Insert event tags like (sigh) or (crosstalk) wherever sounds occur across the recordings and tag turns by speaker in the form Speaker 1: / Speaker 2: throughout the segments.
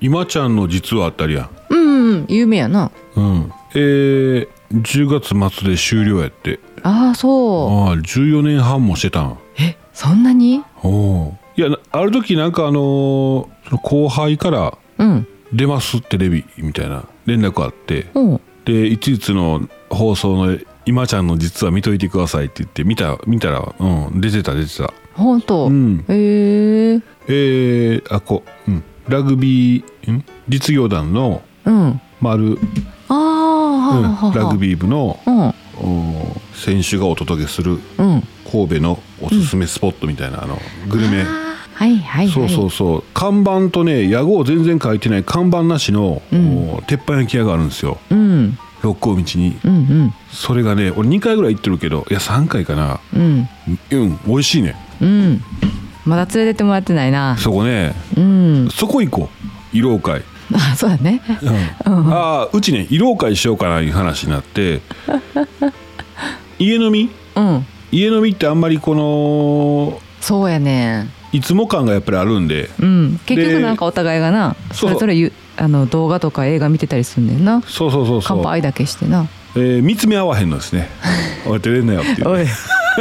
Speaker 1: 今ちゃんの実はあったりやん
Speaker 2: うんうん有名やな
Speaker 1: うんえー、10月末で終了やって
Speaker 2: ああそう
Speaker 1: ああ14年半もしてたん
Speaker 2: えそんなに
Speaker 1: おういやなある時なんかあのーその後輩から
Speaker 2: うん
Speaker 1: 「出ますテレビ」みたいな連絡あって
Speaker 2: うん
Speaker 1: でいついつの放送の「今ちゃんの実は見といてください」って言って見た見たら、うん、出てた出てた
Speaker 2: ほんと
Speaker 1: うん
Speaker 2: へえ
Speaker 1: えー、あこう、うん、ラグビーん実業団の
Speaker 2: うん
Speaker 1: 丸、
Speaker 2: ああは
Speaker 1: うん
Speaker 2: あはあはあ
Speaker 1: ラグビー部の
Speaker 2: うん
Speaker 1: お選手がお届けする
Speaker 2: うん
Speaker 1: 神戸のおすすめスポットみたいな、あのグルメ
Speaker 2: あーはいはいはい
Speaker 1: そうそうそう看板とね屋号全然書いてない看板なしの、
Speaker 2: うん
Speaker 1: お鉄板焼き屋があるんですよ
Speaker 2: うん
Speaker 1: 六甲道に
Speaker 2: うん
Speaker 1: それがね俺2回ぐらい行ってるけどいや3回かな
Speaker 2: うんうん
Speaker 1: うん美味しいね
Speaker 2: うんまだ連れてってもらってないな
Speaker 1: そこね
Speaker 2: うん
Speaker 1: そこ行こう慰労会、
Speaker 2: あそうだね
Speaker 1: ああうちね慰労会しようかないう話になって
Speaker 2: (laughs)
Speaker 1: 家飲み
Speaker 2: うん
Speaker 1: 家飲みってあんまりこの
Speaker 2: そうやね
Speaker 1: いつも感がやっぱりあるんで
Speaker 2: うん結
Speaker 1: で
Speaker 2: 局なんかお互いがな
Speaker 1: そ
Speaker 2: そうれぞれゆあの動画とか映画見てたりすんねんな
Speaker 1: そうそうそうそう
Speaker 2: 乾杯だけしてな
Speaker 1: えー見つめ合わへんのです
Speaker 2: (laughs)
Speaker 1: ねおい照れんなよっていう
Speaker 2: おい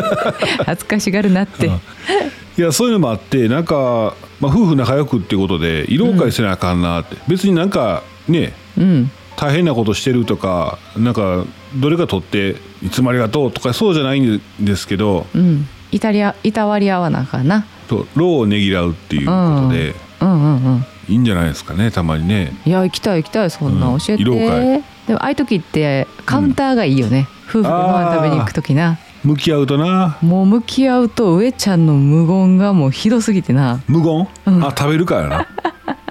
Speaker 2: (laughs) 恥ずかしがるなって
Speaker 1: いやそういうのもあってなんか、まあ、夫婦仲良くっていうことで慰労会せなあかんなって、別になんかね
Speaker 2: うん
Speaker 1: 大変なことしてるとかなんかどれか取っていつもありがとうとかそうじゃないんですけど
Speaker 2: うんイタリアいたわり合わなあかんな
Speaker 1: と労をねぎらうっていうことで、
Speaker 2: うんうんうん
Speaker 1: いいんじゃないですかねたまにね
Speaker 2: いや行きたい行きたいそんな、
Speaker 1: うん
Speaker 2: 教えて
Speaker 1: 慰労会
Speaker 2: でもああいう時ってカウンターがいいよね、夫婦でご飯食べに行く時な
Speaker 1: 向き合うとな
Speaker 2: もう向き合うと上ちゃんの無言がもうひどすぎてな
Speaker 1: 無言、あ食べるから (laughs) な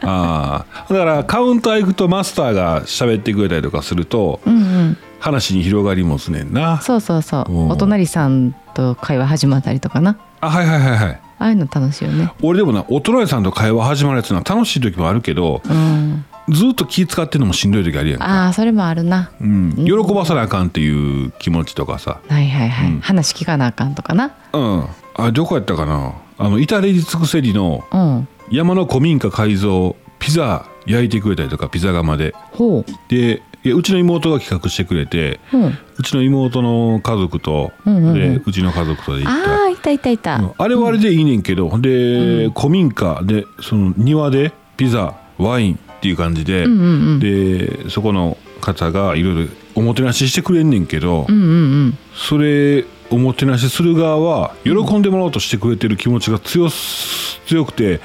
Speaker 1: あーだからカウンター行くとマスターが喋ってくれたりとかすると
Speaker 2: うんうん
Speaker 1: 話に広がりもすねんな
Speaker 2: そうそうそ
Speaker 1: うん
Speaker 2: うお隣さんと会話始まったりとかな
Speaker 1: あはいはいはいはい
Speaker 2: ああいうの楽しいよね
Speaker 1: 俺でもなお隣さんと会話始まるやつのは楽しい時もあるけど
Speaker 2: うん
Speaker 1: ずっと気使ってんのもしんどい時あるやんか、
Speaker 2: ああそれもあるな
Speaker 1: うん、喜ばさなあかんっていう気持ちとかさ
Speaker 2: はいはいはい、
Speaker 1: うん
Speaker 2: 話聞かなあかんとかな
Speaker 1: うんあどこやったかなあの至れり尽くせりの
Speaker 2: うん
Speaker 1: 山の古民家改造ピザ焼いてくれたりとかピザ窯で
Speaker 2: ほ
Speaker 1: でいやうちの妹が企画してくれて
Speaker 2: う、うん、
Speaker 1: うちの妹の家族と、
Speaker 2: うんうんうん
Speaker 1: でうちの家族とで行った
Speaker 2: ああいたいたいた、
Speaker 1: うんあれはあれでいいねんけど、で、古民家でその庭でピザワインっていう感じで、
Speaker 2: うんうんうん
Speaker 1: でそこの方がいろいろおもてなししてくれんねんけど、
Speaker 2: うんうんうん
Speaker 1: それおもてなしする側は喜んでもらおうとしてくれてる気持ちが強す強くて、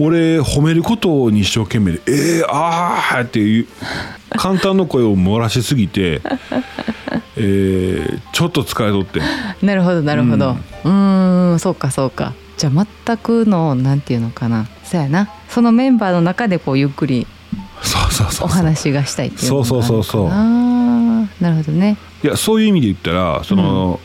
Speaker 1: 俺褒めることに一生懸命で「えー、あー」っていう簡単な声を漏らしすぎ
Speaker 2: (laughs)
Speaker 1: て、えーちょっと疲れとってん。
Speaker 2: なるほどなるほどうーんそうかそうかじゃあ全くのなんていうのかなそうやなそのメンバーの中でこうゆっくり
Speaker 1: そうそうそうそう
Speaker 2: お話がしたいっていうのがあるのかな
Speaker 1: そうそうそうそう
Speaker 2: あーなるほどね
Speaker 1: いやそういう意味で言ったらその、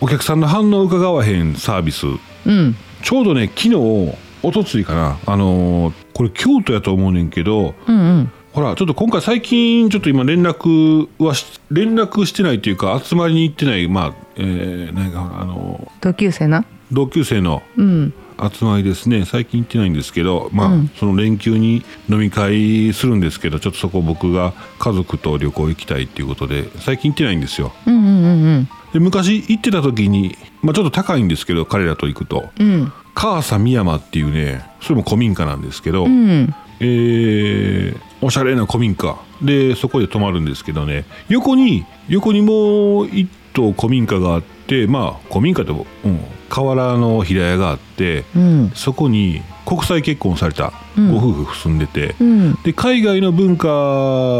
Speaker 1: お客さんの反応を伺わへんサービス
Speaker 2: うん
Speaker 1: ちょうどね昨日一昨日かなあのーこれ京都やと思うねんけど
Speaker 2: うんうん
Speaker 1: ほらちょっと今回最近ちょっと今連絡はし連絡してないというか集まりに行ってないまあ、えーなんかあのー
Speaker 2: 同級生な
Speaker 1: 同級生の
Speaker 2: うん
Speaker 1: 集まりですね最近行ってないんですけど、まあ
Speaker 2: うん
Speaker 1: その連休に飲み会するんですけどちょっとそこ僕が家族と旅行行きたいっていうことで最近行ってないんですよ。
Speaker 2: うんうんうん
Speaker 1: で昔行ってた時に、まあ、ちょっと高いんですけど彼らと行くと
Speaker 2: うん
Speaker 1: 川佐美山っていうねそれも古民家なんですけど、
Speaker 2: うんうん
Speaker 1: えーおしゃれな古民家でそこで泊まるんですけどね横に横にもう一棟古民家があってまあ古民家と、うん、河原の平屋があって
Speaker 2: うん
Speaker 1: そこに国際結婚された
Speaker 2: うん
Speaker 1: ご夫婦住んでて、
Speaker 2: うん
Speaker 1: で海外の文化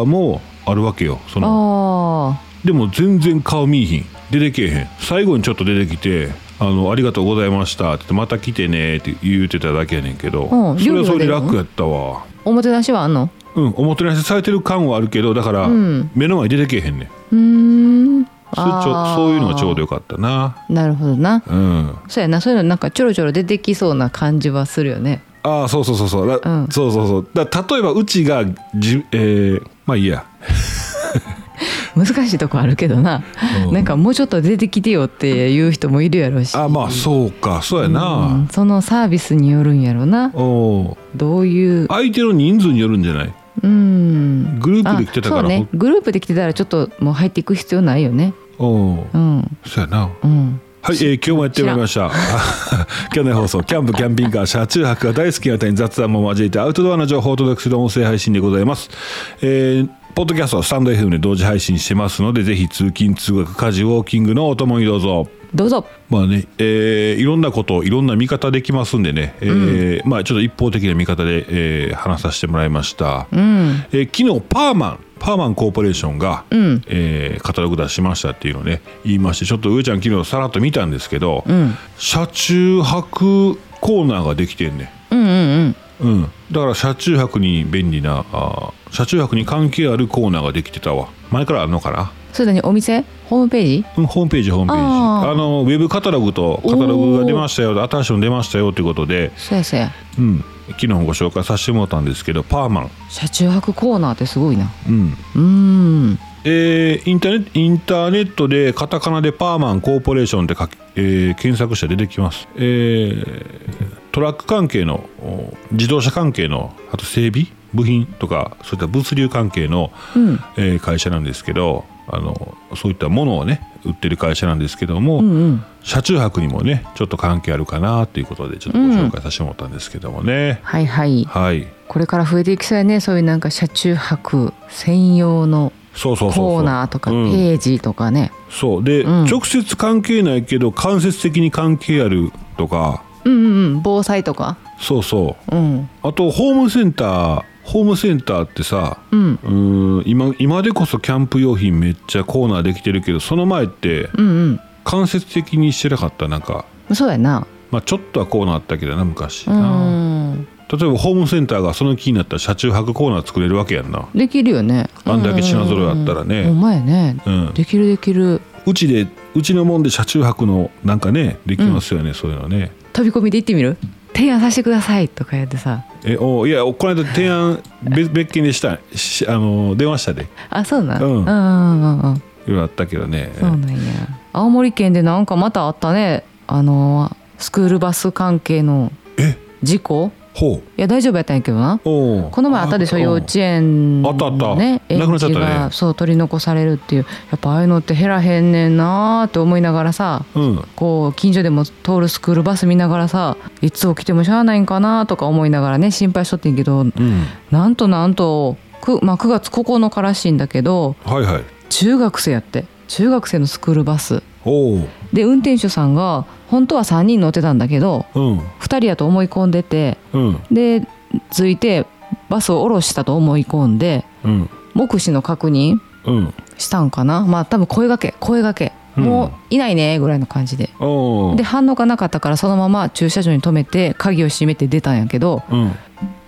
Speaker 1: もあるわけよその
Speaker 2: あ
Speaker 1: でも全然顔見いひん出てけえへん最後にちょっと出てきて「あのありがとうございました」って言って「また来てね」って言うてただけやねんけど、
Speaker 2: うん
Speaker 1: それはそれで
Speaker 2: 料理は出るの
Speaker 1: 楽やったわ
Speaker 2: ーおもてなしはあんの
Speaker 1: うんおもてなしされてる感はあるけどだから、
Speaker 2: うん
Speaker 1: 目の前に出てけえへんねん
Speaker 2: うーん
Speaker 1: それちょ
Speaker 2: あー
Speaker 1: そういうのがちょうどよかったな
Speaker 2: なるほどな
Speaker 1: うん
Speaker 2: そうやなそういうのなんかちょろちょろ出てきそうな感じはするよね
Speaker 1: ああそうそうそうそう、だ
Speaker 2: うん
Speaker 1: そうそうそうだ例えばうちがじえーまあいいや
Speaker 2: 難しいとこあるけどな、
Speaker 1: うん
Speaker 2: なんかもうちょっと出てきてよっていう人もいるやろし
Speaker 1: あまあそうかそうや
Speaker 2: うん
Speaker 1: な、
Speaker 2: そのサービスによるんやろな
Speaker 1: おう
Speaker 2: どういう
Speaker 1: 相手の人数によるんじゃない
Speaker 2: うん
Speaker 1: グループで来てたから
Speaker 2: あそうねグループで来てたらちょっともう入っていく必要ないよね
Speaker 1: おう
Speaker 2: うん
Speaker 1: そうやな
Speaker 2: うん
Speaker 1: はい、えー今日もやってまいりました。去年放送、 (laughs) キャンプ、キャンピングカー、車中泊が大好きな方に雑談も交えてアウトドアの情報をお届けする音声配信でございます。えーポッドキャストはスタンド FM で同時配信してますので、ぜひ通勤、通学、家事、ウォーキングのお供にどうぞ。
Speaker 2: どうぞ
Speaker 1: まあね、えーいろんなことをいろんな見方できますんでね、えーまあちょっと一方的な見方で、えー話させてもらいました、えー昨日パーマンパーマンコーポレーションが、えーカタログ出しましたっていうのをね言いましてちょっと上ちゃん昨日さらっと見たんですけど、車中泊コーナーができてんね
Speaker 2: うんうんうん
Speaker 1: うんだから車中泊に便利なあー車中泊に関係あるコーナーができてたわ前からあるのかな
Speaker 2: それだにお店ホームページ
Speaker 1: うんホームページホームページ
Speaker 2: あ
Speaker 1: あ
Speaker 2: ー
Speaker 1: のウェブカタログとカタログが出ましたよ新しいの出ましたよということで、
Speaker 2: そうやそうや
Speaker 1: うん、昨日ご紹介させてもらったんですけどパーマン、
Speaker 2: 車中泊コーナーってすごいな
Speaker 1: うん
Speaker 2: うーん
Speaker 1: えーインターネインターネットでカタカナでパーマンコーポレーションって書き、えー検索して出てきます、えートラック関係のお自動車関係のあと整備部品とかそういった物流関係の、
Speaker 2: うん
Speaker 1: えー会社なんですけどあのそういったものをね売ってる会社なんですけども、
Speaker 2: うんうん
Speaker 1: 車中泊にもねちょっと関係あるかなということでちょっとご紹介させてもらったんですけどもね、
Speaker 2: はいはい
Speaker 1: はい
Speaker 2: これから増えていきそうやねそういうなんか車中泊専用の
Speaker 1: そうそうそうそう
Speaker 2: コーナーとかペ
Speaker 1: うん
Speaker 2: ージとかね
Speaker 1: そうで、
Speaker 2: うん
Speaker 1: 直接関係ないけど間接的に関係あるとか
Speaker 2: うんうんうん防災とか
Speaker 1: そうそう
Speaker 2: うん
Speaker 1: あとホームセンターホームセンターってさ
Speaker 2: うん
Speaker 1: うーん今今でこそキャンプ用品めっちゃコーナーできてるけどその前って
Speaker 2: うん
Speaker 1: 間接的にしてなかったなんか、
Speaker 2: うんそうやな
Speaker 1: まあ、ちょっとはコーナーあったけどな昔
Speaker 2: う
Speaker 1: な、例
Speaker 2: ん
Speaker 1: えばホームセンターがその気になったら車中泊コーナー作れるわけやんな
Speaker 2: できるよね
Speaker 1: あんだけ品揃えあったらね
Speaker 2: ほんまやね
Speaker 1: うん、
Speaker 2: できるできる
Speaker 1: うちでうちのもんで車中泊のなんかねできますよね、そういうのね
Speaker 2: 飛び込みで行ってみる提案させてくださいとかやってさ
Speaker 1: えおいやこの間提案別別件でしたしあの電話したでい
Speaker 2: あそうなん
Speaker 1: うん
Speaker 2: うんうんうんうん
Speaker 1: ろいろあったけどね
Speaker 2: そうなんや青森県でなんかまたあったねあのスクールバス関係の
Speaker 1: え
Speaker 2: 事故
Speaker 1: ほう
Speaker 2: いや大丈夫やったんやけどな
Speaker 1: おう
Speaker 2: この前あったでしょ幼稚園
Speaker 1: あったあった
Speaker 2: ね園
Speaker 1: なくなっちゃったね
Speaker 2: 児がそう取り残されるっていうやっぱああいうのって減らへんねんなーって思いながらさ
Speaker 1: うん
Speaker 2: こう近所でも通るスクールバス見ながらさいつ起きてもしゃあないんかなとか思いながらね心配しとってんけど
Speaker 1: うん
Speaker 2: なんとなんと 9,、まあ、9月9日らしいんだけど
Speaker 1: はいはい
Speaker 2: 中学生やって中学生のスクールバス
Speaker 1: おう
Speaker 2: で運転手さんが本当は3人乗ってたんだけど
Speaker 1: うん
Speaker 2: 2人やと思い込んでて
Speaker 1: うん
Speaker 2: で着いてバスを降ろしたと思い込んで
Speaker 1: うん
Speaker 2: 目視の確認
Speaker 1: うん
Speaker 2: したんかなまあ多分声がけ声がけ、
Speaker 1: うん
Speaker 2: もういないねぐらいの感じで
Speaker 1: おう
Speaker 2: で反応がなかったからそのまま駐車場に止めて鍵を閉めて出たんやけど
Speaker 1: うん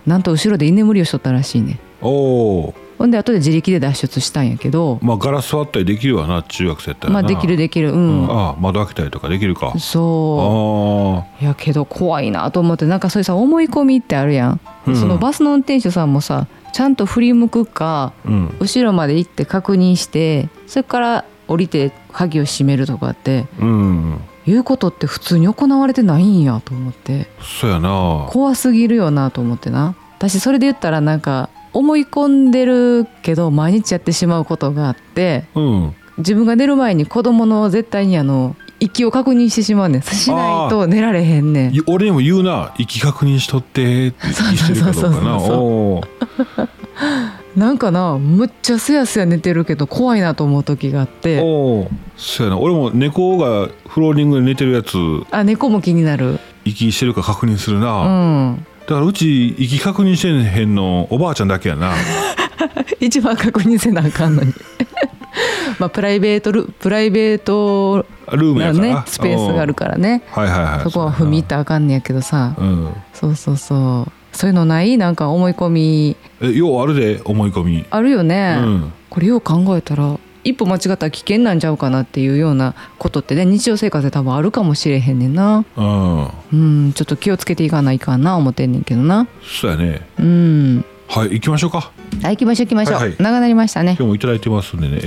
Speaker 2: なんと後ろで居眠りをしとったらしいね
Speaker 1: おう
Speaker 2: ほんで後で自力で脱出したんやけど
Speaker 1: まあガラス割ったりできるわな中学生やったら
Speaker 2: ま
Speaker 1: な
Speaker 2: あできるできる
Speaker 1: う
Speaker 2: う、
Speaker 1: んんああ窓開けたりとかできるかあ
Speaker 2: そ
Speaker 1: あ
Speaker 2: ういやけど怖いなと思ってなんかそういうさ思い込みってあるやん、
Speaker 1: うん
Speaker 2: そのバスの運転手さんもさちゃんと振り向くか
Speaker 1: うん
Speaker 2: 後ろまで行って確認してそれから降りて鍵を閉めるとかって
Speaker 1: うん
Speaker 2: いうことって普通に行われてないんやと思って
Speaker 1: そうやな
Speaker 2: 怖すぎるよなと思ってな私それで言ったらなんか思い込んでるけど毎日やってしまうことがあって
Speaker 1: うん
Speaker 2: 自分が寝る前に子供の絶対にあの息を確認してしまうねんしないと寝られへんねん
Speaker 1: い俺にも言うな息確認しとってって息してるかどうかな
Speaker 2: (laughs) そうそうそうそうそう
Speaker 1: おう
Speaker 2: なんかなむっちゃすやすや寝てるけど怖いなと思う時があって
Speaker 1: おおそうやな俺も猫がフローリングで寝てるやつ
Speaker 2: あ猫も気になる
Speaker 1: 息してるか確認する
Speaker 2: う
Speaker 1: な、
Speaker 2: ん (laughs)
Speaker 1: だからうち息確認してへんのおばあちゃんだけやな
Speaker 2: 一番確認せなあかんのに (laughs) まあプライベートルプライベート
Speaker 1: ルームや
Speaker 2: な
Speaker 1: から
Speaker 2: ねスペースがあるからね
Speaker 1: らはいはいはい
Speaker 2: そこは踏み入ったらあかんねやけどさ
Speaker 1: うん
Speaker 2: そうそうそうそういうのないなんか思い込み
Speaker 1: えようあるで思い込み
Speaker 2: あるよ
Speaker 1: う
Speaker 2: ね、
Speaker 1: ん
Speaker 2: これよう考えたら一歩間違ったら危険なんちゃうかなっていうようなことってね日常生活で多分あるかもしれへんねんな
Speaker 1: うん
Speaker 2: うんちょっと気をつけていかないかんな思ってんねんけどな
Speaker 1: そうやね
Speaker 2: うん
Speaker 1: はい行きましょうか
Speaker 2: あ行きましょう行きましょう、
Speaker 1: はいはい
Speaker 2: 長なりましたね
Speaker 1: 今日もいただいてますんでねえ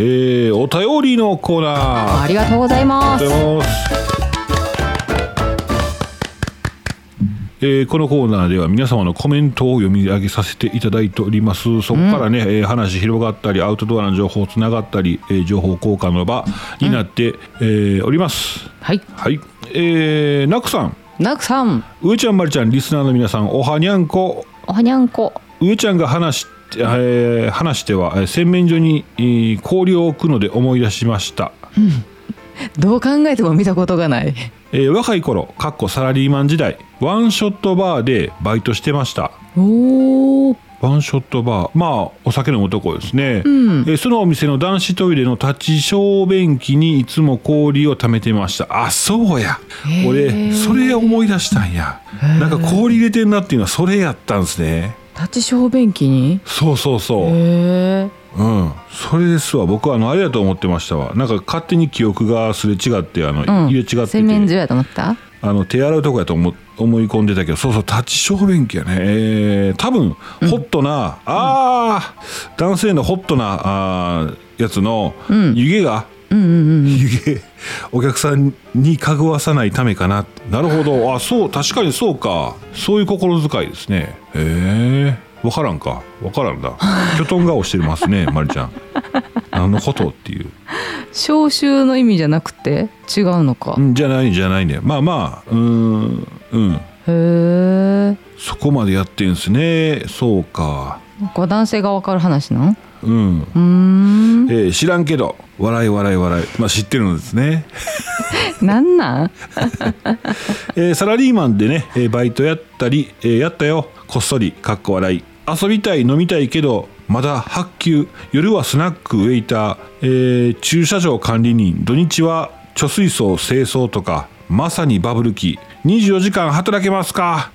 Speaker 1: ー、お便りのコーナー
Speaker 2: ありがとうございま
Speaker 1: あ
Speaker 2: す
Speaker 1: りがとうございますえーこのコーナーでは皆様のコメントを読み上げさせていただいておりますそこからね、えー話広がったりアウトドアの情報つながったり、えー情報交換の場になって、えーおります
Speaker 2: はい
Speaker 1: はいえー、ナクさん
Speaker 2: ナクさん
Speaker 1: 上ちゃんまりちゃんリスナーの皆さんおはにゃんこ
Speaker 2: おはにゃんこ
Speaker 1: 上ちゃんが話し,、えー話してはえー洗面所に、えー氷を置くので思い出しました、
Speaker 2: どう考えても見たことがない
Speaker 1: えー若い頃かっこサラリーマン時代ワンショットバーでバイトしてました
Speaker 2: おお
Speaker 1: ワンショットバーまあお酒飲むとこですね、
Speaker 2: ん
Speaker 1: えーそのお店の男子トイレの立ち小便器にいつも氷を溜めてましたあそうや
Speaker 2: へー
Speaker 1: 俺それ思い出したんやなんか氷入れてんなっていうのはそれやったんですね
Speaker 2: 立ち小便器に
Speaker 1: そうそうそう、
Speaker 2: へえ
Speaker 1: うん、それですわ僕はあのあれだと思ってましたわなんか勝手に記憶がすれ違ってあの、入れ違って
Speaker 2: 洗面所
Speaker 1: て
Speaker 2: やと思った
Speaker 1: あの手洗うとこやと思思い込んでたけどそうそう立ち小便器やねえー、多分ホットな、あー、男性のホットなあーやつの湯気が、
Speaker 2: うんうんうん
Speaker 1: 湯気お客さんにかぐわさないためかななるほどあそう確かにそうかそういう心遣いですねへえ分からんか分からんだ
Speaker 2: (laughs)
Speaker 1: きょとん顔してますねまりちゃん何のことっていう
Speaker 2: 消臭の意味じゃなくて違うのか、
Speaker 1: うんじゃないじゃないねまあまあうーんうん
Speaker 2: へえ
Speaker 1: そこまでやってんすねそうか
Speaker 2: なんか男性がわかる話なん
Speaker 1: うん、
Speaker 2: うーん
Speaker 1: えー知らんけど笑い笑い笑いまあ知ってるんですね
Speaker 2: なんなん
Speaker 1: えーサラリーマンでね、えーバイトやったり、えーやったよこっそりかっこ笑い遊びたい飲みたいけどまだ発給夜はスナックウェイター、えー駐車場管理人土日は貯水槽清掃とかまさにバブル期24時間働けますか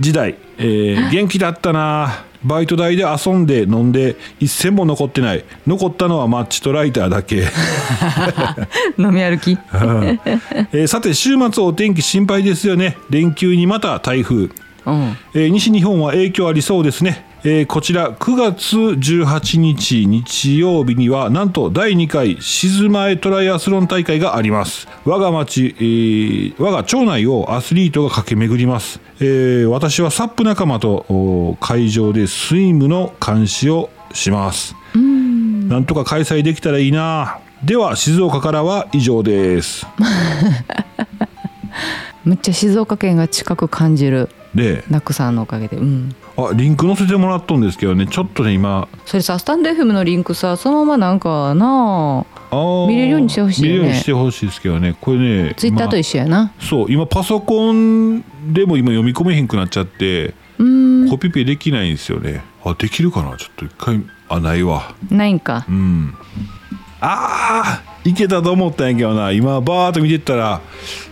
Speaker 1: 時代、えー元気だったなバイト代で遊んで飲んで一銭も残ってない残ったのはマッチとライターだけ
Speaker 2: (laughs) 飲み歩き
Speaker 1: えーさて週末お天気心配ですよね連休にまた台風、
Speaker 2: うん
Speaker 1: えー西日本は影響ありそうですね、えーこちら9月18日日曜日にはなんと第2回静前トライアスロン大会があります我が町、えー我が町内をアスリートが駆け巡ります、えー私はサップ仲間とお会場でスイムの監視をしますなんとか開催できたらいいなでは静岡からは以上です
Speaker 2: めっちゃ静岡県が近く感じる
Speaker 1: で
Speaker 2: ナックさんのおかげでうん
Speaker 1: あリンク載せてもらったんですけどねちょっとね今
Speaker 2: それさスタンド FM のリンクさそのままなんかなあ
Speaker 1: あー
Speaker 2: 見れるようにしてほしいね
Speaker 1: 見れるようにしてほしいですけどねこれね
Speaker 2: ツイッターと一
Speaker 1: 緒
Speaker 2: 緒やな、
Speaker 1: そう今パソコンでも今読み込めへんくなっちゃって
Speaker 2: うーん
Speaker 1: コピペできないんですよねあできるかなちょっと一回あないわ
Speaker 2: ないんか
Speaker 1: うんあーいけたと思ったんやけどな今バーッと見てったら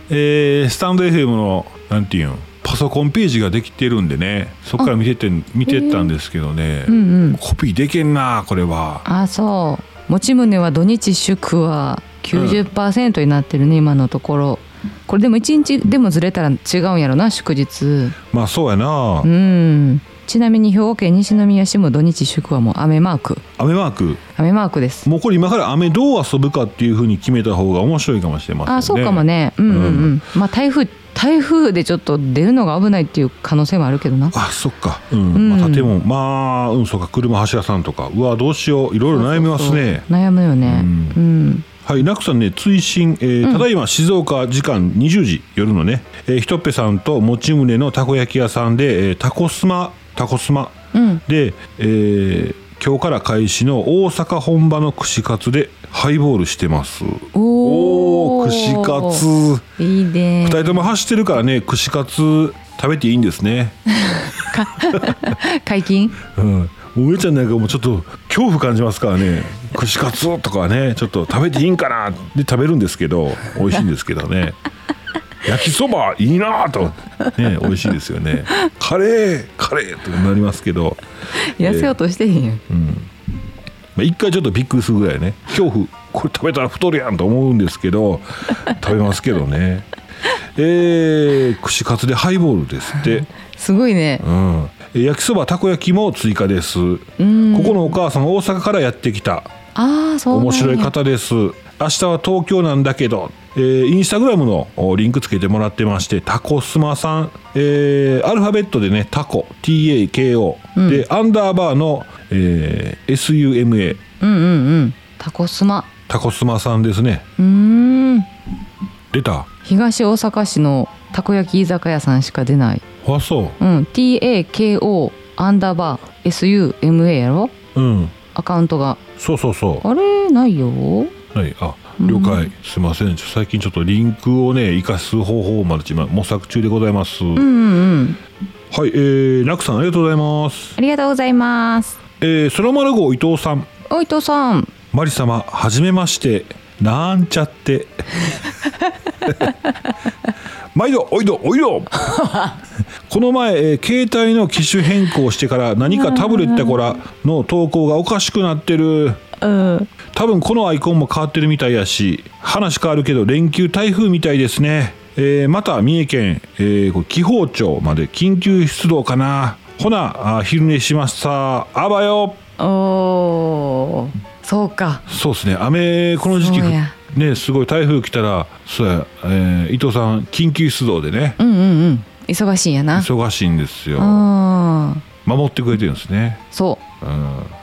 Speaker 1: えースタンド FM のなんていうんパソコンページができてるんでねそっから見てて見てたんですけどね、
Speaker 2: うんうん
Speaker 1: コピーできんなこれは
Speaker 2: あそう持ち胸は土日祝は90%になってるね、今のところこれでも1日でもずれたら違うんやろな祝日
Speaker 1: まあそうやな
Speaker 2: うんちなみに兵庫県西宮市も土日祝はもう雨マーク
Speaker 1: 雨マーク
Speaker 2: 雨マークです
Speaker 1: もうこれ今から雨どう遊ぶかっていうふうに決めた方が面白いかもしれませんね
Speaker 2: あそうかもねうんうんうん、まあ台風台風でちょっと出るのが危ないっていう可能性もあるけどな
Speaker 1: あそっかうん、
Speaker 2: うん
Speaker 1: まあ、建物まあうんそうか車走らさんとかうわどうしよういろいろ悩みますね
Speaker 2: そうそうそう悩むよね
Speaker 1: う
Speaker 2: うん
Speaker 1: はい、ナクさんね、追伸、えーただいま静岡時間20時、夜のね、えーひとっぺさんともちむねのたこ焼き屋さんで、えータコスマ、タコスマ
Speaker 2: うん
Speaker 1: で、えー今日から開始の大阪本場の串カツでハイボールしてます。
Speaker 2: お
Speaker 1: お
Speaker 2: お
Speaker 1: ー串カツ。
Speaker 2: ツいいね
Speaker 1: 二人とも走ってるからね串カツ食べていいんですね、
Speaker 2: 解禁
Speaker 1: うん、上ちゃんなんかもうちょっと恐怖感じますからね串カツとかはねちょっと食べていいんかなで食べるんですけど美味しいんですけどね焼きそばいいなぁとね美味しいですよねカレーカレーとなりますけど
Speaker 2: 痩せようとしてへんやん
Speaker 1: まあ一回ちょっとびっくりするぐらいね恐怖これ食べたら太るやんと思うんですけど食べますけどねえー、串カツでハイボールですって
Speaker 2: すごいね
Speaker 1: うんええー焼きそばたこ焼きも追加です、
Speaker 2: ん
Speaker 1: ここのお母さん大阪からやってきた
Speaker 2: ああそうなん
Speaker 1: 面
Speaker 2: や
Speaker 1: 白い方です明日は東京なんだけど、えーインスタグラムのおリンクつけてもらってましてタコスマさん、えーアルファベットでねタコ TAKO、でアンダーバーの、えー SUMA
Speaker 2: うんうんうんタコスマ
Speaker 1: タコスマさんですね
Speaker 2: うーん
Speaker 1: 出た
Speaker 2: 東大阪市のたこ焼き居酒屋さんしか出ない
Speaker 1: あそ
Speaker 2: うん、TAKO アンダーバー SUMA やろ
Speaker 1: ううん
Speaker 2: アカウントが
Speaker 1: そうそうそう
Speaker 2: あれないよ
Speaker 1: はい、あ了解、すいませんちょ最近ちょっとリンクをね生かす方法をまだ今模索中でございます、
Speaker 2: うんうんうん
Speaker 1: はいえー、楽さんありがとうございます
Speaker 2: ありがとうございます
Speaker 1: えー、そらまる号伊藤さん
Speaker 2: お伊藤さん
Speaker 1: マリ様はじめましてなんちゃって (laughs) 毎度おいどおいどこの前、えー携帯の機種変更してから何かタブレットやこらの投稿がおかしくなってる
Speaker 2: うん
Speaker 1: 多分このアイコンも変わってるみたいやし話変わるけど連休台風みたいですね、えーまた三重県、えーこれ紀宝町まで緊急出動かなほなあ昼寝しましたあばよ
Speaker 2: おーそうか
Speaker 1: そうですね雨この時期
Speaker 2: そうや
Speaker 1: ねすごい台風来たらそうや、えー伊藤さん緊急出動でね
Speaker 2: うんうんうん忙しいんやな
Speaker 1: 忙しいんですよ
Speaker 2: うん
Speaker 1: 守ってくれてるんですね
Speaker 2: そう
Speaker 1: うんあ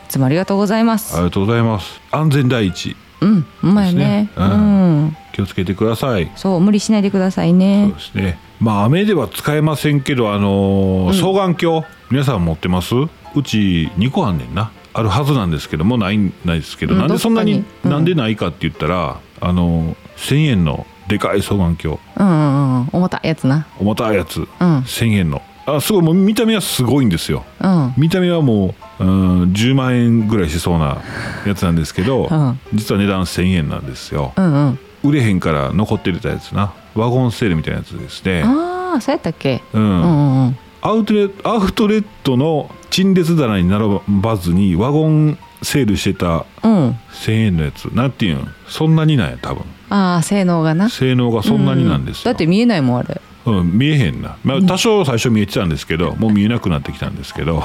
Speaker 2: いつもありがとうございます
Speaker 1: りがとうございます安全第一
Speaker 2: うんほんまやね
Speaker 1: ですね
Speaker 2: う
Speaker 1: うん
Speaker 2: ん
Speaker 1: 気をつけてください
Speaker 2: そう無理しないでください
Speaker 1: そう
Speaker 2: ね
Speaker 1: ですね。まあ雨では使えませんけど、あのー双眼鏡皆さん持ってます？うち2個あんねんな。あるはずなんですけどもうないないですけど、
Speaker 2: うん
Speaker 1: なんでそんなに
Speaker 2: どっかにうん
Speaker 1: なんでないかって言ったら、あのー1000円のでかい双眼鏡
Speaker 2: うんうんうん重たいやつな
Speaker 1: 重たいやつ、
Speaker 2: うん
Speaker 1: 1000円の。あすごいもう見た目はすごいんですよ。
Speaker 2: うん
Speaker 1: 見た目はもう、うん、10万円ぐらいしそうなやつなんですけど、
Speaker 2: うん
Speaker 1: 実は値段1000円なんですよ、
Speaker 2: うんうん
Speaker 1: 売れへんから残ってたやつなワゴンセールみたいなやつですね
Speaker 2: ああそうやったっけ
Speaker 1: うん
Speaker 2: うんうんうん
Speaker 1: アウトレアウトレットの陳列棚に並ばずにワゴンセールしてた
Speaker 2: うん
Speaker 1: 1000円のやつなんていうんそんなになんや多分
Speaker 2: ああ性能がな
Speaker 1: 性能がそんなになんですよ、
Speaker 2: だって見えないもんあれ
Speaker 1: うん、見えへんな、まあ、多少最初見えてたんですけど、もう見えなくなってきたんですけど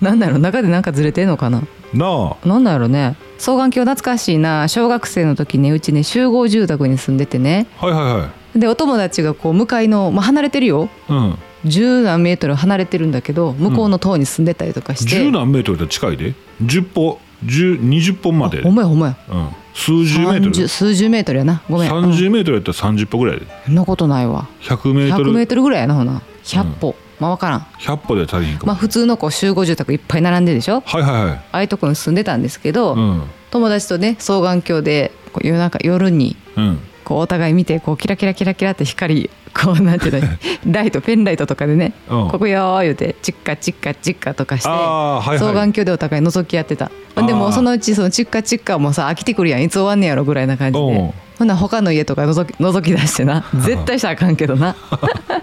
Speaker 2: なんだろう中でなんかずれてんのかな
Speaker 1: なあ
Speaker 2: なんだろうね双眼鏡懐かしいな小学生の時ねうちね集合住宅に住んでてね
Speaker 1: はいはいはい
Speaker 2: でお友達がこう向かいの、まあ、離れてるよ
Speaker 1: うん
Speaker 2: 十何メートル離れてるんだけど向こうの塔に住んでたりとかして、
Speaker 1: 十何メートルって近いで10歩10 20本まで、う
Speaker 2: ほん
Speaker 1: ん、
Speaker 2: まやほんまや
Speaker 1: 数十メート
Speaker 2: 30
Speaker 1: ル
Speaker 2: 数十メートルやなごめんうん
Speaker 1: 30メートルやったら30歩ぐらいで
Speaker 2: そんなことないわ
Speaker 1: 100メート
Speaker 2: 100メー
Speaker 1: ル
Speaker 2: トルぐらいやなほな100歩、まあ分からん
Speaker 1: 100歩では足りひんかも、
Speaker 2: まあ普通のこう集合住宅いっぱい並んでるでしょ
Speaker 1: はいはいはい
Speaker 2: ああいうとこに住んでたんですけど、
Speaker 1: うん
Speaker 2: 友達とね双眼鏡でこう夜中夜に
Speaker 1: うん
Speaker 2: こうお互い見てこうキラキラキラキラって光こうなん
Speaker 1: (laughs)
Speaker 2: ていうのライトペンライトとかでね「
Speaker 1: うん
Speaker 2: ここよ」言うてチッカチッカチッカとかして、
Speaker 1: あーはいはい
Speaker 2: 双眼鏡でお互い覗き合ってた
Speaker 1: あー
Speaker 2: でもうそのうちそのチッカチッカもさ飽きてくるやんいつ終わんねやろぐらいな感じ
Speaker 1: う
Speaker 2: で
Speaker 1: ん。
Speaker 2: ほな他の家とか覗き覗き出して
Speaker 1: (laughs)
Speaker 2: な絶対したらあかんけどな (laughs)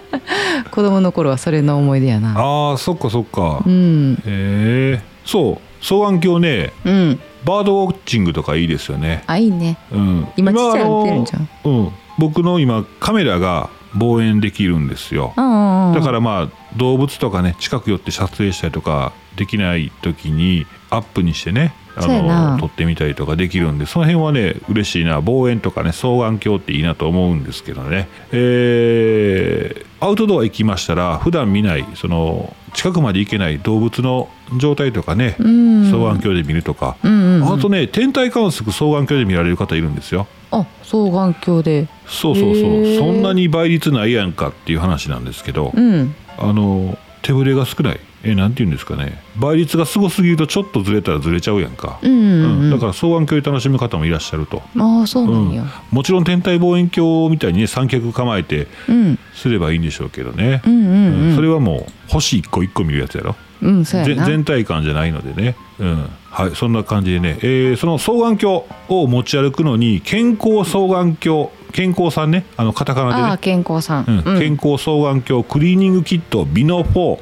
Speaker 2: 子供の頃はそれの思い出やな
Speaker 1: あーそっかそっか、
Speaker 2: う
Speaker 1: へ
Speaker 2: ん
Speaker 1: えそう双眼鏡ね
Speaker 2: うん
Speaker 1: バードウォッチングとかいいですよね、
Speaker 2: あいいね
Speaker 1: うん、
Speaker 2: 今ちっちゃいの出るんじゃん
Speaker 1: あのうん僕の今カメラが望遠できるんですよ
Speaker 2: うんうんうん
Speaker 1: だからまあ動物とかね近く寄って撮影したりとかできない時にアップにしてねあ
Speaker 2: そうやな
Speaker 1: の撮ってみたりとかできるんでその辺はね嬉しいな望遠とかね双眼鏡っていいなと思うんですけどねえーアウトドア行きましたら普段見ないその近くまで行けない動物の状態とかね
Speaker 2: うん
Speaker 1: 双眼鏡で見るとか、
Speaker 2: うんうんうん
Speaker 1: あとね天体観測双眼鏡で見られる方いるんですよ
Speaker 2: あ双眼鏡で
Speaker 1: そうそう
Speaker 2: へ
Speaker 1: そう
Speaker 2: ー
Speaker 1: そんなに倍率ないやんかっていう話なんですけど、
Speaker 2: うん
Speaker 1: あの手ぶれが少ないえなんて言うんですかね倍率がすごすぎるとちょっとずれたらずれちゃうやんか、
Speaker 2: うんうんうん
Speaker 1: うんだから双眼鏡で楽しむ方もいらっしゃると、
Speaker 2: ああそう
Speaker 1: う
Speaker 2: なん
Speaker 1: ん
Speaker 2: や、
Speaker 1: もちろん天体望遠鏡みたいにね三脚構えて
Speaker 2: うん、
Speaker 1: すればいいんでしょうけどね、
Speaker 2: うんうんうん
Speaker 1: うんそれはもう星一個一個見るやつやろ
Speaker 2: うんそうや
Speaker 1: ぜ
Speaker 2: な
Speaker 1: 全体感じゃないのでね、うんはい、そんな感じでね、えーその双眼鏡を持ち歩くのに健康双眼鏡健康さんねあのカタカナでね
Speaker 2: ああ健康さん、
Speaker 1: うん
Speaker 2: うん
Speaker 1: 健康双眼鏡クリーニングキットビノ4、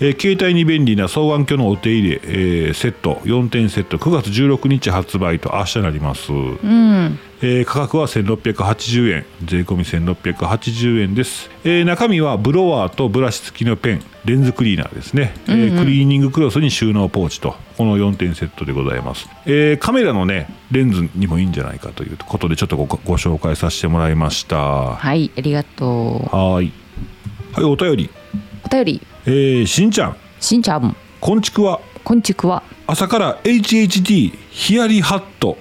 Speaker 1: えー携帯に便利な双眼鏡のお手入れ、えーセット4点セット9月16日発売と明日になります、
Speaker 2: うん
Speaker 1: えー価格は1680円税込み1680円です、えー中身はブロワーとブラシ付きのペンレンズクリーナーですね、えークリーニングクロスに収納ポーチとこの4点セットでございます、えーカメラのねレンズにもいいんじゃないかということでちょっとごご紹介させてもらいましたは
Speaker 2: はいありがと
Speaker 1: ーいはいお便り、
Speaker 2: うお便り
Speaker 1: えーしんちゃん
Speaker 2: しんちゃん
Speaker 1: こんちくは
Speaker 2: こんち (laughs) くわ
Speaker 1: 朝から HHD ヒヤリハット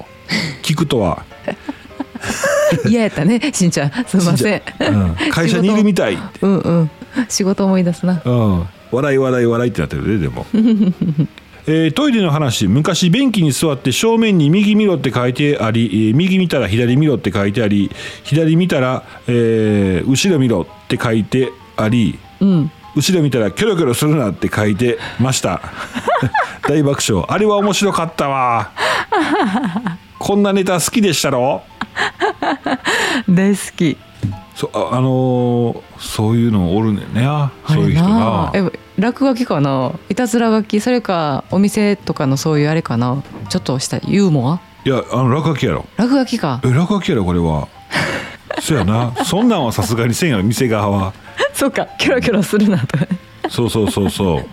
Speaker 1: 聞くとは、
Speaker 2: 嫌やったねしんちゃ (laughs) んすみません (laughs)
Speaker 1: うん会社にいるみたい
Speaker 2: うんうん仕事思い出すな
Speaker 1: うん、笑い笑い笑いってなってるねで
Speaker 2: (laughs)
Speaker 1: もえートイレの話昔便器に座って正面に右見ろって書いてあり、えー右見たら左見ろって書いてあり左見たら、えー後ろ見ろって書いてあり
Speaker 2: うん
Speaker 1: 後ろ見たらキョロキョロするなって書いてました (laughs) 大爆笑あれは面白かったわこんなネタ好きでしたろ
Speaker 2: 大好き
Speaker 1: そああのーそういうのおるねんねそういう人が
Speaker 2: あれなえ落書きかないたずら書きそれかお店とかのそういうあれかなちょっとしたユーモア
Speaker 1: いやあの落書きやろ
Speaker 2: 落書きか (laughs)
Speaker 1: え落書きやろこれはそやなそんなんはさすがにせんやろ店側は
Speaker 2: そうかキョロキョロするなとか
Speaker 1: そうそうそう (laughs) そう、うん、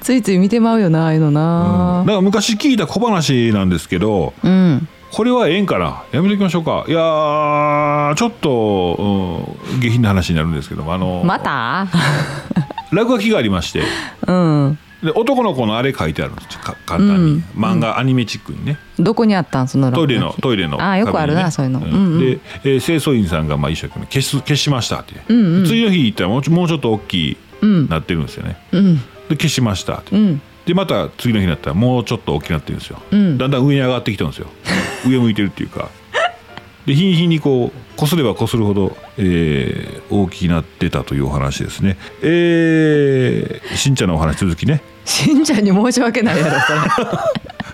Speaker 2: ついつい見てまうよなああいうの
Speaker 1: なん
Speaker 2: な
Speaker 1: か昔聞いた小話なんですけど
Speaker 2: うん
Speaker 1: これはええんかなやめときましょうかいやーちょっと、うん、下品な話になるんですけどもあの
Speaker 2: また (laughs)
Speaker 1: 落書きがありまして
Speaker 2: うん
Speaker 1: で男の子のあれ書いてあるんですよか簡単に、
Speaker 2: うん
Speaker 1: 漫画アニメチックにね
Speaker 2: どこにあったんその落
Speaker 1: ト
Speaker 2: 書
Speaker 1: イ
Speaker 2: き
Speaker 1: レのトイレの
Speaker 2: あーよくあるなそうい
Speaker 1: 壁
Speaker 2: う
Speaker 1: にね
Speaker 2: のうんうん
Speaker 1: で、えー清掃員さんがまあ一生懸命消す消しましたって、
Speaker 2: うんうん
Speaker 1: 次の日行ったらもうちょもうちょっと大きい
Speaker 2: うん
Speaker 1: なってるんですよね、
Speaker 2: うん
Speaker 1: で消しましたって
Speaker 2: うん
Speaker 1: でまた次の日になったらもうちょっと大きくなってるんですよ、
Speaker 2: うん
Speaker 1: だんだん上に上がってきたんです
Speaker 2: (laughs)
Speaker 1: よ上向いてるっていうかで日に日にこうこすればこするほど、えー大きくなってたというお話ですねえー、しんちゃんのお話続
Speaker 2: (laughs)
Speaker 1: きね
Speaker 2: しんちゃんに申し訳ないやろそれ (laughs)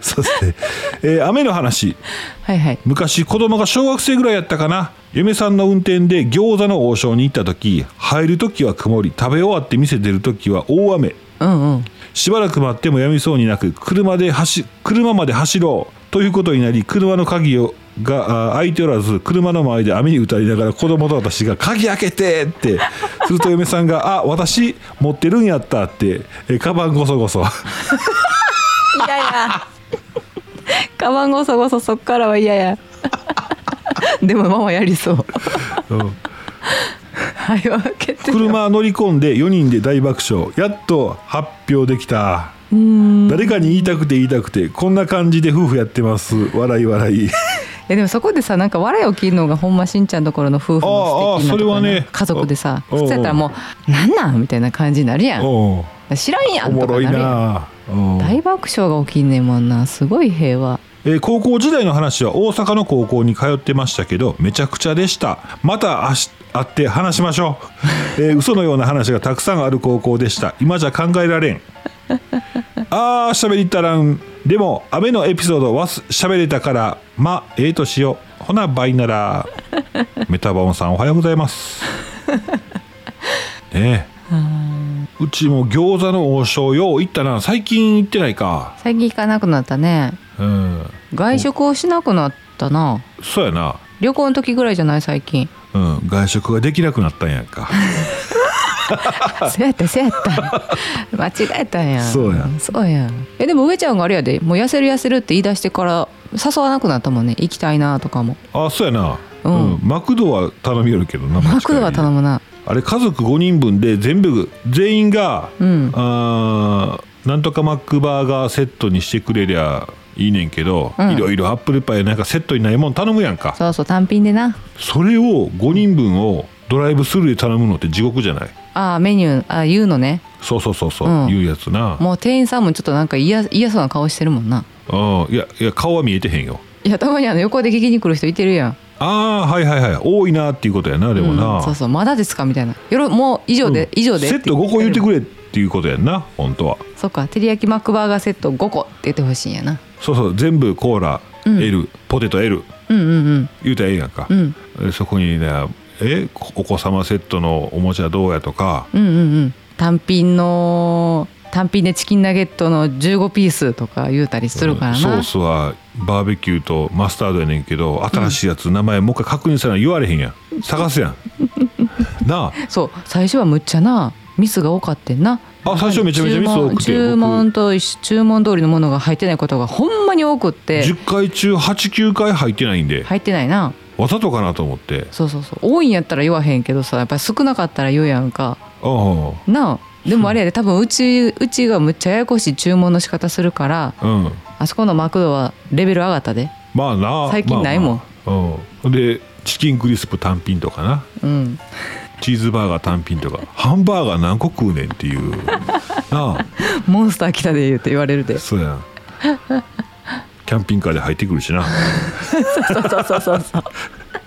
Speaker 1: そして、えー雨の話
Speaker 2: はいはい
Speaker 1: 昔子供が小学生ぐらいやったかな嫁さんの運転で餃子の王将に行った時入る時は曇り食べ終わって店出る時は大雨
Speaker 2: うんうん
Speaker 1: しばらく待ってもやみそうになく車で走車まで走ろうということになり車の鍵をがあ開いておらず車の前で網に打たれながら子供と私が「鍵開けて!」ってすると嫁さんが「あ私持ってるんやった」ってえカバンごそごそ
Speaker 2: 嫌や。 (laughs) カバンごそごそそっからは嫌 (laughs) や。でもママやりそう。
Speaker 1: うん
Speaker 2: はい、分けて。
Speaker 1: (laughs) 車乗り込んで4人で大爆笑やっと発表できた誰かに言いたくて言いたくてこんな感じで夫婦やってます笑い笑
Speaker 2: (laughs)
Speaker 1: い
Speaker 2: え、でもそこでさ、なんか笑い起きるのが、ほんましんちゃんのところの夫婦の素敵なところ
Speaker 1: ああああそれはね
Speaker 2: 家族でさ、
Speaker 1: お
Speaker 2: 普通やったらもう、なんなんみたいな感じになるやん。
Speaker 1: おう
Speaker 2: 知らんや
Speaker 1: お
Speaker 2: ん
Speaker 1: も
Speaker 2: とか
Speaker 1: ろい
Speaker 2: なるやん。
Speaker 1: なうん
Speaker 2: 大爆笑が起きんねんもんな、すごい平和。
Speaker 1: えー高校時代の話は大阪の高校に通ってましたけどめちゃくちゃでしたまた明日会って話しましょう、えー嘘のような話がたくさんある高校でした今じゃ考えられんあー喋りたらんでも雨のエピソードはす喋れたからまあええとしようほなバイならメタバオンさんおはようございますねえうちも餃子の王将よう行ったな最近行ってないか
Speaker 2: 最近行かなくなったね。
Speaker 1: うん
Speaker 2: 外食をしなくなったな。
Speaker 1: そうやな
Speaker 2: 旅行の時ぐらいじゃない、最近。
Speaker 1: うん、外食ができなくなったんやんか
Speaker 2: そうやったそうや
Speaker 1: (laughs)
Speaker 2: った間違えたんや
Speaker 1: そうや
Speaker 2: そうやえでも上ちゃんがあれやでもう痩せる痩せるって言い出してから誘わなくなったもんね行きたいなとかも
Speaker 1: あそうやな、
Speaker 2: うん
Speaker 1: マクドは頼みよるけどな
Speaker 2: マクドは頼
Speaker 1: む
Speaker 2: むな
Speaker 1: あれ家族5人分で全部全員が、
Speaker 2: うん
Speaker 1: あーなんとかマックバーガーセットにしてくれりゃいいねんけど、
Speaker 2: うん
Speaker 1: いろいろアップルパイなんかセットにないもん頼むやんか
Speaker 2: そうそう単品でな
Speaker 1: それを5人分をドライブスルーで頼むのって地獄じゃない
Speaker 2: あーメニューあー言うのね
Speaker 1: そうそうそうそう、
Speaker 2: うん
Speaker 1: 言うやつな
Speaker 2: もう店員さんもちょっとなんか嫌嫌そうな顔してるもんな
Speaker 1: うんいやいや顔は見えてへんよ
Speaker 2: いやたまにあの横で聞きに来る人いてるやん
Speaker 1: ああはいはいはい多いなっていうことやなでもな、
Speaker 2: うんそうそうまだですかみたいなよろもう以上で、
Speaker 1: うん
Speaker 2: 以上で
Speaker 1: セット5個言って
Speaker 2: れ
Speaker 1: くれっていうことやんな本当は
Speaker 2: そっか照り焼きマックバーガーセット5個って言ってほしいんやな
Speaker 1: そうそう全部コーラ、
Speaker 2: うん
Speaker 1: L ポテト L
Speaker 2: うんうん
Speaker 1: 言うたらええやんか
Speaker 2: う、ん
Speaker 1: えそこにねえこお子様セットのおもちゃどうやとか
Speaker 2: うんうんうんうん単品の単品でチキンナゲットの15ピースとか言うたりするから
Speaker 1: ソ
Speaker 2: な、
Speaker 1: ースはバーベキューとマスタードやねんけど新しいやつ名前もう一回確認せな言われへんやん探すや
Speaker 2: (laughs)
Speaker 1: んな
Speaker 2: そう最初はむっちゃなミスが多かってんな
Speaker 1: ああ最初めちゃめちゃミス多くて
Speaker 2: 注
Speaker 1: 僕
Speaker 2: 文注文と一緒注文通りのものが入ってないことがほんまに多くって
Speaker 1: 10回中89回入ってないんで
Speaker 2: 入ってないな
Speaker 1: わざとかなと思って
Speaker 2: そうそうそう多いんやったら言わへんけどさやっぱり少なかったら言うやんか
Speaker 1: あ
Speaker 2: なあでもあれやで多分うちうちがむっちゃややこしい注文の仕方するから
Speaker 1: あうん
Speaker 2: あそこのマクドはレベル上がったで
Speaker 1: まあな
Speaker 2: 最近ないもん
Speaker 1: まあまあうんでチキンクリスプ単品とかな
Speaker 2: うん
Speaker 1: チーズバーガー単品とかハンバーガー何個食うねんっていう
Speaker 2: (laughs)
Speaker 1: な
Speaker 2: モンスター来たで言うて言われるで
Speaker 1: あそうやんキャンピングカーで入ってくるしな
Speaker 2: そうそうそうそうそう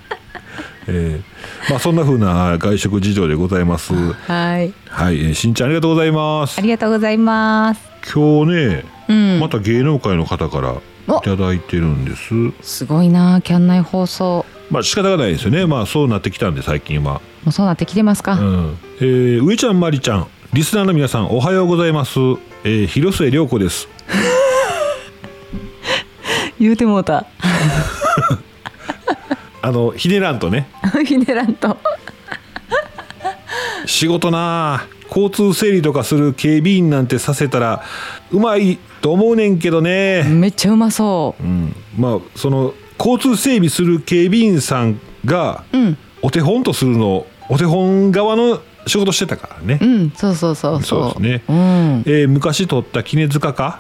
Speaker 1: (laughs) えーまあそんな風な外食事情でございます。
Speaker 2: はい
Speaker 1: はい、えーしんちゃんありがとうございます
Speaker 2: あ。りがとうございます
Speaker 1: 今日ね、
Speaker 2: うん
Speaker 1: また芸能界の方からいただいてるんです。
Speaker 2: すごいなキャン内放送
Speaker 1: まあ仕方がないですよね。まあそうなってきたんで最近は。
Speaker 2: もうそうなってきてますか、
Speaker 1: うん。えー、上ちゃんまりちゃん、リスナーの皆さんおはようございます。えー、広末涼子です。
Speaker 2: 言うてもうた (laughs)
Speaker 1: あのひねらんとね、
Speaker 2: ひねらんと
Speaker 1: 仕事なあ。交通整理とかする警備員なんてさせたらうまいと思うねんけどね。
Speaker 2: めっちゃうまそ
Speaker 1: うん、まあその交通整備する警備員さんが
Speaker 2: ううん
Speaker 1: お手本とするのをお手本側の仕事してたからね、
Speaker 2: うんそうそうそうそう
Speaker 1: そうですね
Speaker 2: うん
Speaker 1: えー昔撮った杵塚
Speaker 2: (laughs)
Speaker 1: か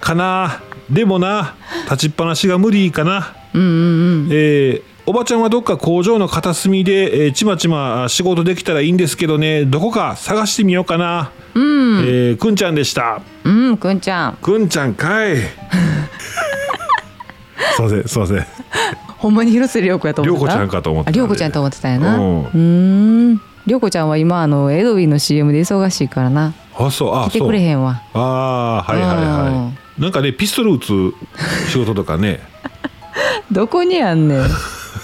Speaker 1: かなでもな立ちっぱなしが無理かな、
Speaker 2: うんうんうん
Speaker 1: えーおばちゃんはどっか工場の片隅で、えーちまちま仕事できたらいいんですけどねどこか探してみようかな、
Speaker 2: うん
Speaker 1: えーくんちゃんでした
Speaker 2: うんくんちゃん
Speaker 1: くんちゃんか
Speaker 2: (laughs)
Speaker 1: いすいませんすいません
Speaker 2: ほんまに広瀬涼子やと思ってた
Speaker 1: 涼子ちゃんかと思ってたん
Speaker 2: あ
Speaker 1: で
Speaker 2: 涼子ちゃんと思ってたんやな
Speaker 1: う
Speaker 2: うんんん涼子ちゃんは今あのエドウィンの CM で忙しいからな
Speaker 1: あそうあ
Speaker 2: 来て
Speaker 1: そう
Speaker 2: くれへんわ
Speaker 1: ああはいはいはいなんかねピストル撃つ仕事とかね (laughs)
Speaker 2: どこにあんねん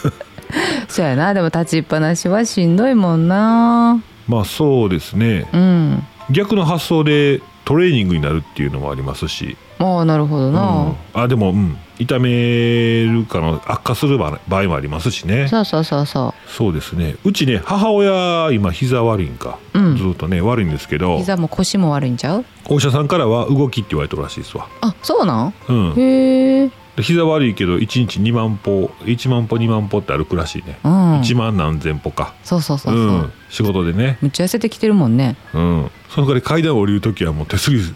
Speaker 2: (laughs) そうやなでも立ちっぱなしはしんどいもんな
Speaker 1: まあそうですね
Speaker 2: うん
Speaker 1: 逆の発想でトレーニングになるっていうのもありますし、
Speaker 2: ああなるほど
Speaker 1: うん
Speaker 2: な、
Speaker 1: あでもうん痛めるかの悪化する場場合もありますしね
Speaker 2: そうそうそうそ
Speaker 1: そうですねうちね母親今膝悪いんか、
Speaker 2: うん
Speaker 1: ずっとね悪いんですけ
Speaker 2: う
Speaker 1: ど
Speaker 2: 膝も腰も悪いんちゃう
Speaker 1: お医者さんからは動きって言われてるらしいですわ
Speaker 2: あそうなん
Speaker 1: うん
Speaker 2: へえ
Speaker 1: で膝悪いけど1日2万歩1万歩2万歩って歩くらしいね、
Speaker 2: うん
Speaker 1: 1万何千歩か
Speaker 2: そうそうそうそう、
Speaker 1: ん、仕事でね、
Speaker 2: むっちゃ痩せてきてるもんね
Speaker 1: うん、その代わり階段を降りる時はもう手すり (laughs)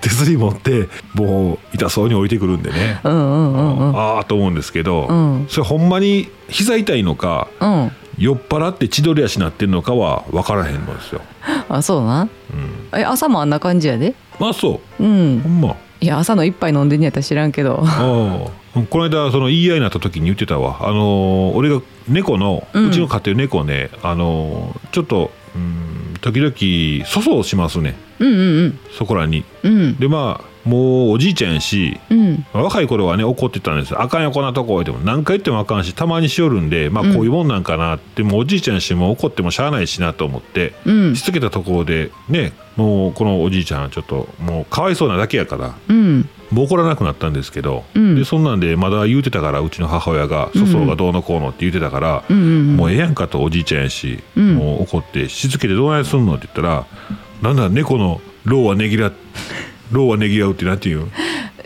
Speaker 1: 手すり持ってもう痛そうに降りてくるんでね、
Speaker 2: うんうんうんうん
Speaker 1: ああと思うんですけど、
Speaker 2: うん
Speaker 1: それほんまに膝痛いのか
Speaker 2: うん
Speaker 1: 酔っ払って千鳥足なってんのかは分からへんのですよ、
Speaker 2: あそうなん
Speaker 1: うん、
Speaker 2: え朝もあんな感じやで
Speaker 1: まあそううほ
Speaker 2: ん
Speaker 1: んま
Speaker 2: いや朝の一杯飲んでんやったら知らんけど
Speaker 1: ああこの間その言い合いになった時に言ってたわあのー俺が猫の
Speaker 2: うん
Speaker 1: うちの飼ってる猫ね、あのーちょっとうん時々粗相しますね
Speaker 2: うんうん
Speaker 1: そこらに
Speaker 2: うんうん
Speaker 1: でまあもうおじいちゃんやし
Speaker 2: うん
Speaker 1: 若い頃はね怒ってたんですよあかんよこんなとこでも何回言ってもあかんしたまにしよるんでまあ
Speaker 2: うん
Speaker 1: こういうもんなんかなって、もうおじいちゃんやしもう怒ってもしゃあないしなと思って、
Speaker 2: うん
Speaker 1: しつけたところでねもうこのおじいちゃんはちょっともうかわいそうなだけやから
Speaker 2: うん
Speaker 1: もう怒らなくなったんですけど、
Speaker 2: うん
Speaker 1: でそんなんでまだ言うてたからうちの母親が粗相がどうのこうのって言うてたから、
Speaker 2: うんうん
Speaker 1: もうええやんかとおじいちゃんやし、
Speaker 2: うん
Speaker 1: もう怒ってしつけてどうないすんのって言ったらなんだ猫のローはねぎらローはねぎらうってなんていう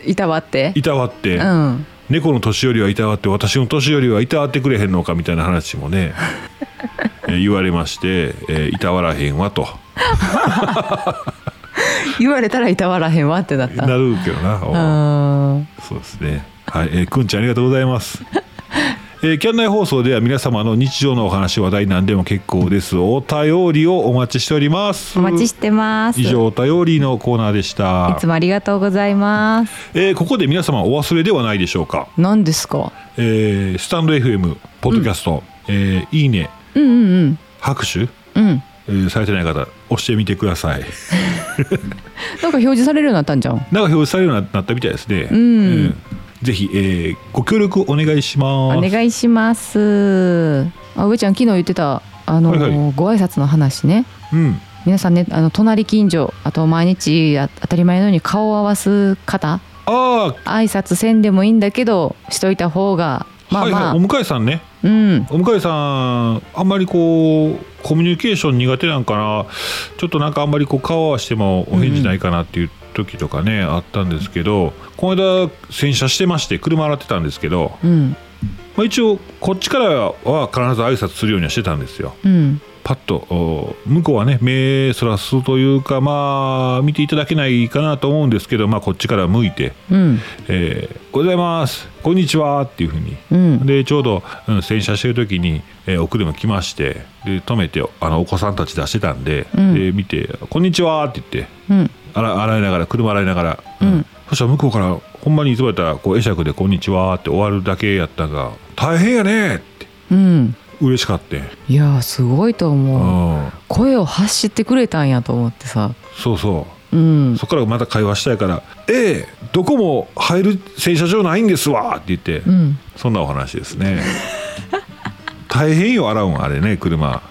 Speaker 2: いたわって
Speaker 1: いたわって、
Speaker 2: うん
Speaker 1: 猫の年寄りはいたわって私の年寄りはいたわってくれへんのかみたいな話も
Speaker 2: (laughs)
Speaker 1: ねえー言われまして、えーいたわらへんわと
Speaker 2: 言われたらいたわらへんわってなった
Speaker 1: なるけどな。おう
Speaker 2: うん
Speaker 1: そうですね。はい、えーくんちゃんありがとうございます。えー、キャン内放送では皆様の日常のお話話題何でも結構ですお便りをお待ちしております
Speaker 2: お待ちしてます
Speaker 1: 以上お便りのコーナーでし
Speaker 2: い
Speaker 1: た
Speaker 2: つもありがとうございます
Speaker 1: えーここで皆様お忘れではないでしょうか、
Speaker 2: 何ですか
Speaker 1: えースタンド FM ポッドキャスト、えーいいね
Speaker 2: うんうん
Speaker 1: 拍手、
Speaker 2: うんうん
Speaker 1: えーされてない方押してみてください
Speaker 2: なんか表示されるようになったんじゃん
Speaker 1: なんか表示されるようになったみたいですね、
Speaker 2: ん
Speaker 1: うんぜひ、えーご協力お願いします
Speaker 2: お願いしますあ上ちゃん昨日言ってたああの、
Speaker 1: はいはい
Speaker 2: ご挨拶の話ね
Speaker 1: うん
Speaker 2: 皆さんねあの隣近所あと毎日あ当たり前のように顔を合わす方
Speaker 1: あ
Speaker 2: 挨拶せんでもいいんだけどしといた方が
Speaker 1: あ、
Speaker 2: まあ
Speaker 1: はい
Speaker 2: まあ、
Speaker 1: はいお向かいさんね
Speaker 2: うん
Speaker 1: お向かいさんあんまりこうコミュニケーション苦手なんかなちょっとなんかあんまりこう顔合わせてもお返事ないかなっていう時とかね、あったんですけどこの間洗車してまして車洗ってたんですけど、
Speaker 2: うん
Speaker 1: まあ、一応こっちからは必ず挨拶するようにはしてたんですよ
Speaker 2: うん
Speaker 1: パッとお向こうはね目そらすというかまあ見ていただけないかなと思うんですけど、まあ、こっちから向いて
Speaker 2: うん
Speaker 1: 「えーおはようございますこんにちは」っていうふうに
Speaker 2: うん
Speaker 1: でちょうど、うん、洗車してる時に、えー、お車来ましてで止めてあのお子さんたち出してたんで,、
Speaker 2: うん
Speaker 1: で見て「こんにちは」って言って
Speaker 2: うん
Speaker 1: 洗洗いながら車洗いながら、うん
Speaker 2: うん
Speaker 1: そしたら向こうからほんまにいつもやったらこう会釈で「こんにちは」って終わるだけやったが「大変やね」って
Speaker 2: うん
Speaker 1: 嬉しかって、うん
Speaker 2: いやーすごいと思う声を発してくれたんやと思ってさ
Speaker 1: そうそううんそこからまた会話したいから「ええどこも入る洗車場ないんですわ」って言って、
Speaker 2: うん
Speaker 1: そんなお話です
Speaker 2: (laughs)
Speaker 1: ね大変よ洗うんあれね車。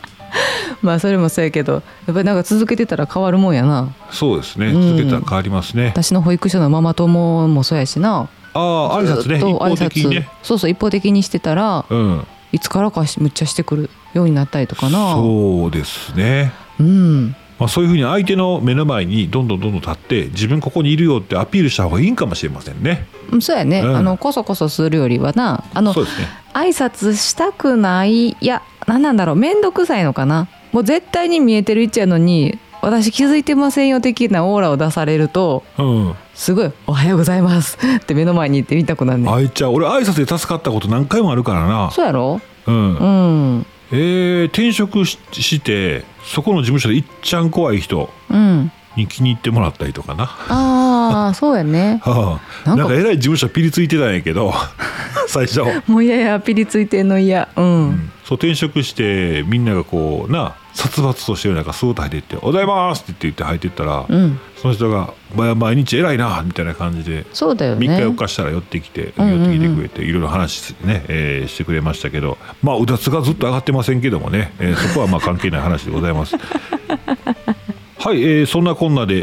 Speaker 2: まあそれもそうやけどやっぱりなんか続けてたら変わるもんやな
Speaker 1: そうですね。
Speaker 2: うん
Speaker 1: 続けたら変わりますね。
Speaker 2: 私の保育所のママ友もそうやしな
Speaker 1: ああ、挨拶ね、
Speaker 2: ずっ
Speaker 1: 一
Speaker 2: と挨
Speaker 1: 方
Speaker 2: 拶
Speaker 1: 的にね。
Speaker 2: そうそう一方的にしてたら
Speaker 1: うん。
Speaker 2: いつからかしむっちゃしてくるようになったりとかな
Speaker 1: そうですね。
Speaker 2: うん
Speaker 1: まあ、そういうふうに相手の目の前にどんどんどんどん立って、自分ここにいるよってアピールした方がいいんかもしれませんね。
Speaker 2: うんそうやね、
Speaker 1: うん
Speaker 2: あのこそこそするよりはなあの
Speaker 1: そうですね。
Speaker 2: 挨拶したくないいや何なんだろう面倒くさいのかなもう絶対に見えてる位置やのに私気づいてませんよ的なオーラを出されると
Speaker 1: うん、
Speaker 2: すごい「おはようございます」って目の前に行ってみたくなんねん
Speaker 1: あいちゃん俺挨拶で助かったこと何回もあるからな、
Speaker 2: そうやろ
Speaker 1: うん
Speaker 2: うん
Speaker 1: えー転職ししてそこの事務所でいっちゃん怖い人
Speaker 2: うん
Speaker 1: に気に入ってもらったりとかな
Speaker 2: ああそうやね
Speaker 1: はあ
Speaker 2: な
Speaker 1: なんん
Speaker 2: か
Speaker 1: かえらい事務所ピリついてたんやけど (laughs) 最初
Speaker 2: もういやいやピリついてんの嫌うん
Speaker 1: そう転職してみんながこうな殺伐としてる中スーッと入っていって「おはようございます」って言って入っていったら、
Speaker 2: うん
Speaker 1: その人がま「毎日偉いな」みたいな感じで
Speaker 2: そうだよ
Speaker 1: 3
Speaker 2: ね
Speaker 1: 日4日したら寄ってきて、
Speaker 2: うんうんうん
Speaker 1: 寄ってきてくれていろいろ話して,、ねえーしてくれましたけどまあうだつがずっと上がってませんけどもね、えーそこはまあ関係ない話でござい
Speaker 2: (laughs)
Speaker 1: ます。はい、えーそんなこんなで、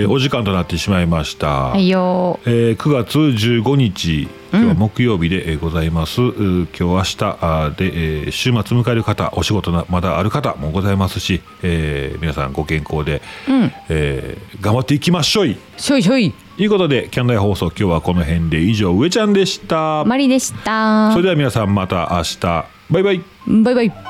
Speaker 1: えーお時間となってしまいました。
Speaker 2: はいよ
Speaker 1: えー9月15日今日は木曜日でえーございます、うー今日明日あーで、えー週末迎える方お仕事なまだある方もございますし、えー皆さんご健康で、
Speaker 2: うん
Speaker 1: えー頑張っていきましょい
Speaker 2: しょいしょい
Speaker 1: ということでキャンナイ放送今日はこの辺で以上上ちゃんでした、
Speaker 2: マリでした
Speaker 1: それでは皆さんまた明日バイバイ
Speaker 2: バイバイ